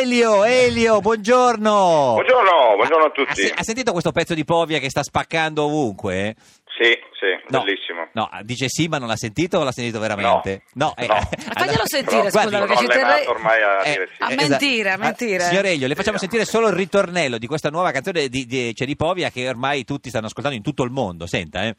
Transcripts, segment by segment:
Elio, Elio, buongiorno. Buongiorno, buongiorno a Ha, tutti. se- ha sentito questo pezzo di Povia che sta spaccando ovunque? Sì, sì, bellissimo. No, dice sì, ma non l'ha sentito o l'ha sentito veramente? No, eh, No. Ma allora- faglielo sentire, guardi, scusa, sono perché ci allenato terrei- ormai a eh, dire sì. a eh, me- mentire, a Ah, mentire. Signor Elio, le facciamo Sì. sentire solo il ritornello di questa nuova canzone di, di, cioè di Povia che ormai tutti stanno ascoltando in tutto il mondo. Senta, eh.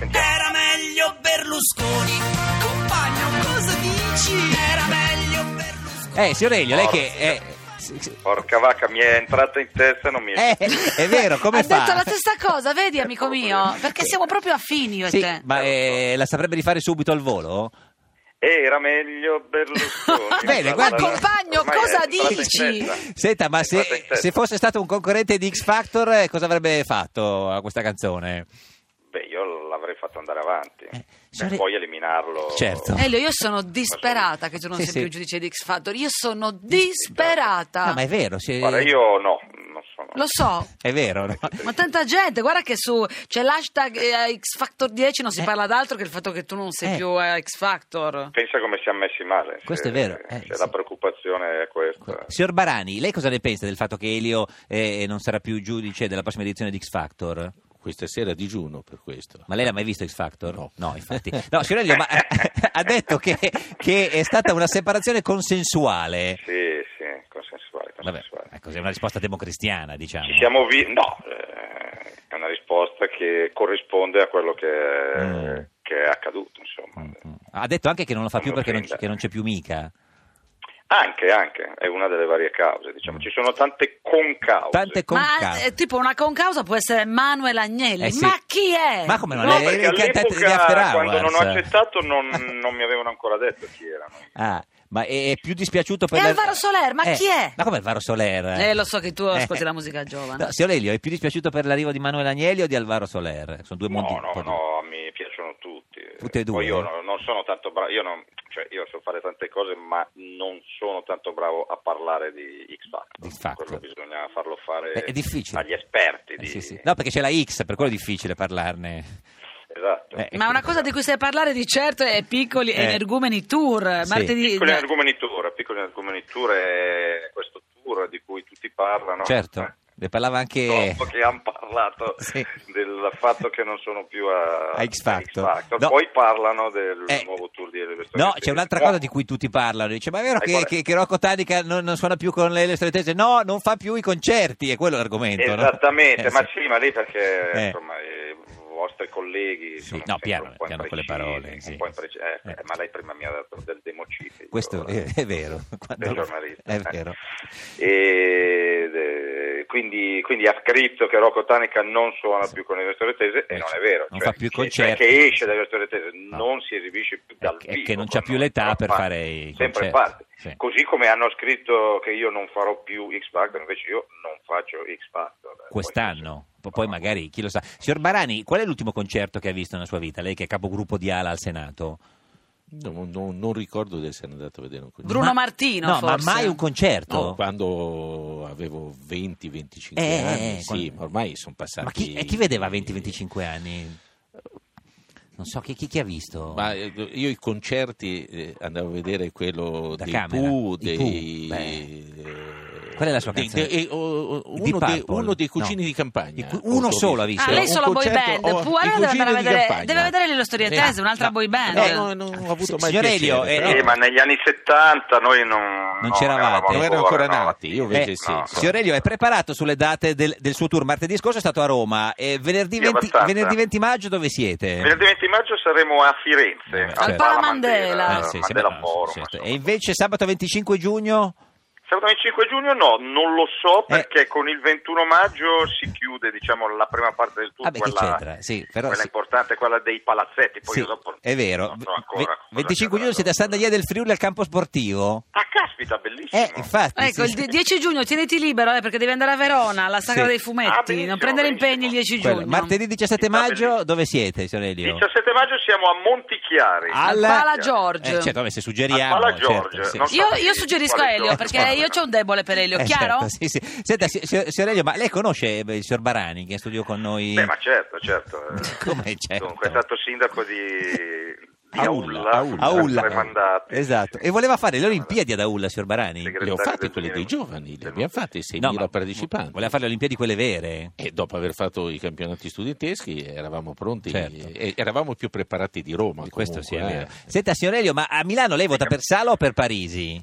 Era meglio Berlusconi. Compagno, cosa dici? Era meglio Berlusconi. Eh, signor Elio, lei che... Porca. eh, s- s- Porca vacca, mi è entrata in testa e non mi eh, è vero, come ha fa? detto la stessa cosa, vedi amico mio, perché siamo proprio affini io e Sì, te. ma eh, la saprebbe rifare subito al volo? Era meglio Berlusconi. Bene, guardi- Guarda, Compagno, ormai è cosa entrata in dici? testa. Senta, ma È se, entrata in testa. se fosse stato un concorrente di X Factor, eh, cosa avrebbe fatto a questa canzone? Beh, io l'avrei fatto andare avanti. Eh, Per signore- poi eliminarlo. Certo. Elio, io sono disperata che tu non Sì, sei sì. più giudice di X Factor, io sono disperata. No, ma è vero, si- Guarda, io Eh. no, non sono. Lo so. è vero. no? Ma tanta gente, guarda che su c'è l'hashtag eh, X Factor 10 non si Eh. parla d'altro che il fatto che tu non sei Eh. più eh, X Factor. Pensa come siamo messi male. Questo se- è vero, eh, se sì. La preoccupazione è questa. Signor Barani, lei cosa ne pensa del fatto che Elio eh, non sarà più giudice della prossima edizione di X Factor? Questa sera digiuno per questo. Ma lei l'ha mai visto X Factor? No. infatti. No, signor Elio, ma ha detto che, che è stata una separazione consensuale. Sì, sì, consensuale. Vabbè, consensuale. ecco, è una risposta democristiana, diciamo. Ci siamo vi- no, eh, è una risposta che corrisponde a quello che, Mm. che è accaduto, insomma. Mm, mm. Ha detto anche che non lo fa Non più lo perché non, prenda. che non c'è più mica. Anche, anche, è una delle varie cause, diciamo. Ci sono tante concause. Tante con Ma eh, tipo una concausa può essere Manuel Agnelli. Eh sì. Ma chi è? Ma come no? No, Le- perché le cantate degli all'epoca, After quando non ho Hours. accettato, non, non mi avevano ancora detto chi erano. Ah, ma è, è più dispiaciuto per... E la- Alvaro Soler, ma Eh, chi è? Ma come Alvaro Soler? Eh, lo so che tu ascolti Eh. la musica giovane. No, signor Elio, è più dispiaciuto per l'arrivo di Manuel Agnelli o di Alvaro Soler? Sono due mondi... No, no, proprio- no, mi piacciono tutti. Tutte e due, Poi io eh? no- non sono tanto bravo, io, non- cioè, io so fare tante cose, ma non sono tanto bravo a parlare di X Factor. Di Factor. Quello bisogna farlo fare È, è difficile. agli esperti. Eh, di- sì, sì. No, perché c'è la X, per quello è difficile parlarne. Esatto. Eh, Ma una cosa di cui sai parlare di certo è Piccoli Eh. Energumeni Tour, Sì. martedì Piccoli Energumeni Tour, Piccoli Energumeni Tour è questo tour di cui tutti parlano. Eh, Certo, ne parlava anche... Dopo che hanno parlato Sì. del fatto che non sono più a, A X Factor. No. poi parlano del Eh, nuovo tour di Elvis No, Presley. c'è un'altra cosa di cui tutti parlano. Dice, ma è vero Eh, che, qual è? che- che Rocco Tanica non, non suona più con le, le stretese? No, non fa più i concerti, è quello l'argomento. no? Esattamente, Eh, ma sì. sì, ma lì perché Eh. insomma, i vostri colleghi Sì, sono no, sempre piano, un po' piano con le imprecisi, parole, un sì, po' sì. impreci- eh, Eh. ma lei prima mi ha dato del democifio. Questo è, è vero. Quando- del giornalista. È eh. vero. E, eh, quindi, quindi ha scritto che Rocco Tanica non suona più con l'Università Tese e Eh, non è vero. non cioè, fa più i che- concerti. cioè Che esce dall'Università Tese, No. non si esibisce più dal E che- vivo. che non c'ha con più noi, l'età però per parte, fare i Sempre concerti, parte. sì. Così come hanno scritto che io non farò più X Factor, invece io non faccio X Factor. eh, Quest'anno. poi- P- Poi magari, chi lo sa. Signor Barani, qual è l'ultimo concerto che ha visto nella sua vita? Lei che è capogruppo di Ala al Senato. No, no, non ricordo di essere andato a vedere un concerto. Ma- Bruno Martino, No, forse. ma mai un concerto? No, quando avevo 20-25 Eh, anni, sì, quando- ma ormai sono passati. Ma chi, e chi vedeva a 20-25 anni? Non so, chi, chi- chi ha visto? Ma eh, io i concerti eh, andavo a vedere quello Da dei camera, Pooh, i dei Pooh, eh, Qual è la sua dei- canzone? dei- eh, oh, oh, Di uno, dei, Purple? uno dei cugini No. di campagna. Di cu- uno ho solo ha visto. visto. Ah, lei Un solo boy concerto, band. Pooh, oh, i allora deve cugini andare a di vedere- campagna. deve vedere le storie tese, un'altra no, Eh, boy band. No, no, non ho avuto Sì, mai signor piacere, Elio, eh, però- Sì, No. ma negli anni 70 noi non, Non no, c'eravate. eravamo Non erano ancora no. nati, io invece Eh, sì. no. so. Signor Elio, è preparato sulle date del, del suo tour? Martedì scorso è stato a Roma, e venerdì, Sì, 20, abbastanza. venerdì 20 maggio dove siete? Venerdì 20 maggio saremo a Firenze, Vabbè, al certo. Pala Al Pala Mandela. Mandela, Eh, sì, Mandela sembra- Forum. certo. insomma. E invece sabato 25 giugno? Sabato 25 giugno no, non lo Eh. so perché con il 21 maggio si chiude diciamo, la prima parte del tour, Vabbè, che quella, c'entra? Ah, Sì, però quella sì. importante, quella dei palazzetti, poi Sì, io dopo è vero. non so ancora Ve- cosa 25 giugno accadrà. siete a San Daniele del Friuli al campo sportivo? Ah caspita, bellissimo. Eh, infatti. Ecco, sì, il sì. di- 10 giugno tieniti libero eh, perché devi andare a Verona alla Sagra Sì. dei Fumetti. Ah, benissimo, non prendere impegni il 10 benissimo. Quello. giugno. Martedì 17 Città maggio bellissima. dove siete, signor Elio? 17 maggio siamo a Montichiari. Ah, al alla- Pala Giorgio. Eh, certo, vabbè, se suggeriamo. Al Pala certo, Giorgio, sì. non so. Io, io suggerisco a Quale Elio giorno? perché io c'ho un debole per Elio, Eh, chiaro? certo, sì, sì. Senta, si- si- signor Elio, ma lei conosce eh, il signor Barani che è in studio con noi? Beh, ma certo, certo. eh. Come certo? Dunque, è stato sindaco di Di Aulla, Aulla. Aulla. Tre mandati. Esatto. E voleva fare le Olimpiadi ad Aulla, signor Barani. Segretario Le ho fatte del quelle dei Ginevra. giovani, le abbiamo fatte No, 6.000 ma partecipanti. Voleva fare le Olimpiadi quelle vere. E dopo aver fatto i campionati studenteschi eravamo pronti, Certo. e eravamo più preparati di Roma. Questo sì, è comunque, vero. eh. Senta, signor Elio, ma a Milano lei vota per Sala o per Parisi?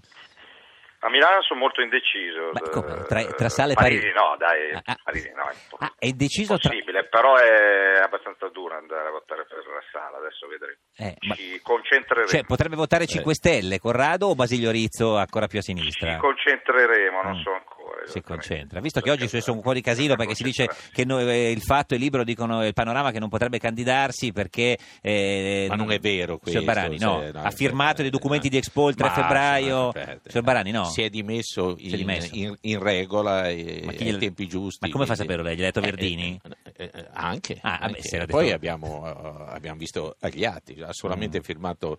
A Milano sono molto indeciso. Ma Eh, come? Tra- tra Sala e Parigi? no, dai, Ah, ah. Parigi no, è, Ah, è deciso tra- possibile, però è abbastanza duro andare a votare per la Sala, adesso vedremo. Eh, ma- Ci concentreremo. Cioè, potrebbe votare 5 Eh. Stelle, Corrado o Basilio Rizzo ancora più a sinistra? Ci concentreremo, non Mm. so ancora. Si esattamente. concentra, visto che oggi sono un po' di casino perché si dice Concentrare. che no- eh, il fatto e il libro dicono eh, il panorama che non potrebbe candidarsi perché. eh, Ma non è vero questo. Signor Barani, no, cioè, ha firmato dei aspetta, documenti no. di Expo il 3 eh. Ma, febbraio. aspetta, eh. Signor Barani, no. Si è dimesso in, Si è dimesso. in- in regola e Ma chi ai gliel- tempi giusti. Ma come fa a quindi- saperlo lei? Gli ha detto Eh, Verdini? eh, eh, anche. Ah, vabbè, anche. se l'ha detto- Poi abbiamo, eh, abbiamo visto agli atti, ha solamente Mm. firmato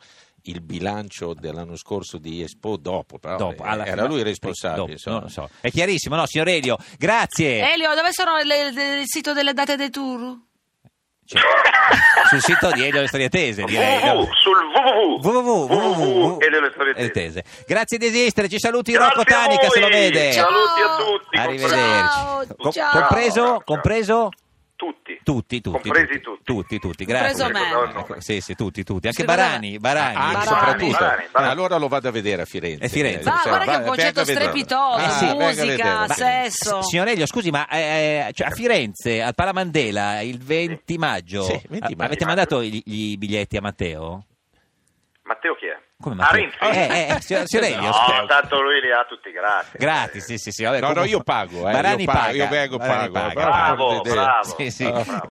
il bilancio dell'anno scorso di Expo dopo, però Dopo, eh, alla era fine- lui il responsabile. dopo, insomma. non lo so. È chiarissimo, no, signor Elio? Grazie. Elio, dove sono le- le- il sito delle date dei tour? Cioè, sul sito di Elio Le Storie Tese, direi. no? www, sul www, www. Eh, e delle storie Elio tese. Tese. Grazie di esistere, ci saluti Grazie Rocco a Tani che se lo voi. vede. Saluti a Ciao. tutti. Arrivederci. Ciao, Co- ciao. Compreso, Ciao. compreso Tutti. tutti, tutti. Compresi tutti. Tutti, tutti, grazie. Ecco, Compreso me. Ricordavo il nome. Sì, sì, tutti, tutti. Anche Sì, vabbè. Barani, Barani, Ah, anche, Barani, Ah, soprattutto. Barani, Barani. Eh, Allora lo vado a vedere a Firenze. Eh, Firenze. Eh, Va, insomma, guarda che è un va- concerto venga a vederlo. strepitoso, venga a musica, vederlo. Ma- sesso. s- Signor Elio, scusi, ma eh, cioè, a Firenze, al Palamandela, il 20 maggio, Sì, 20 a- maggio. avete mandato gli, gli biglietti a Matteo? Matteo chi è? Come Ah, Matteo? Renzi? Eh, eh, signor, signor Elio, No, tanto lui li ha tutti gratis. Gratis, sì, sì, sì. vabbè, Eh, No, no, comunque- io pago, eh, Barani io pago, paga, io vengo, Barani pago, paga. bravo. Bravo, bravo. Sì, sì. bravo.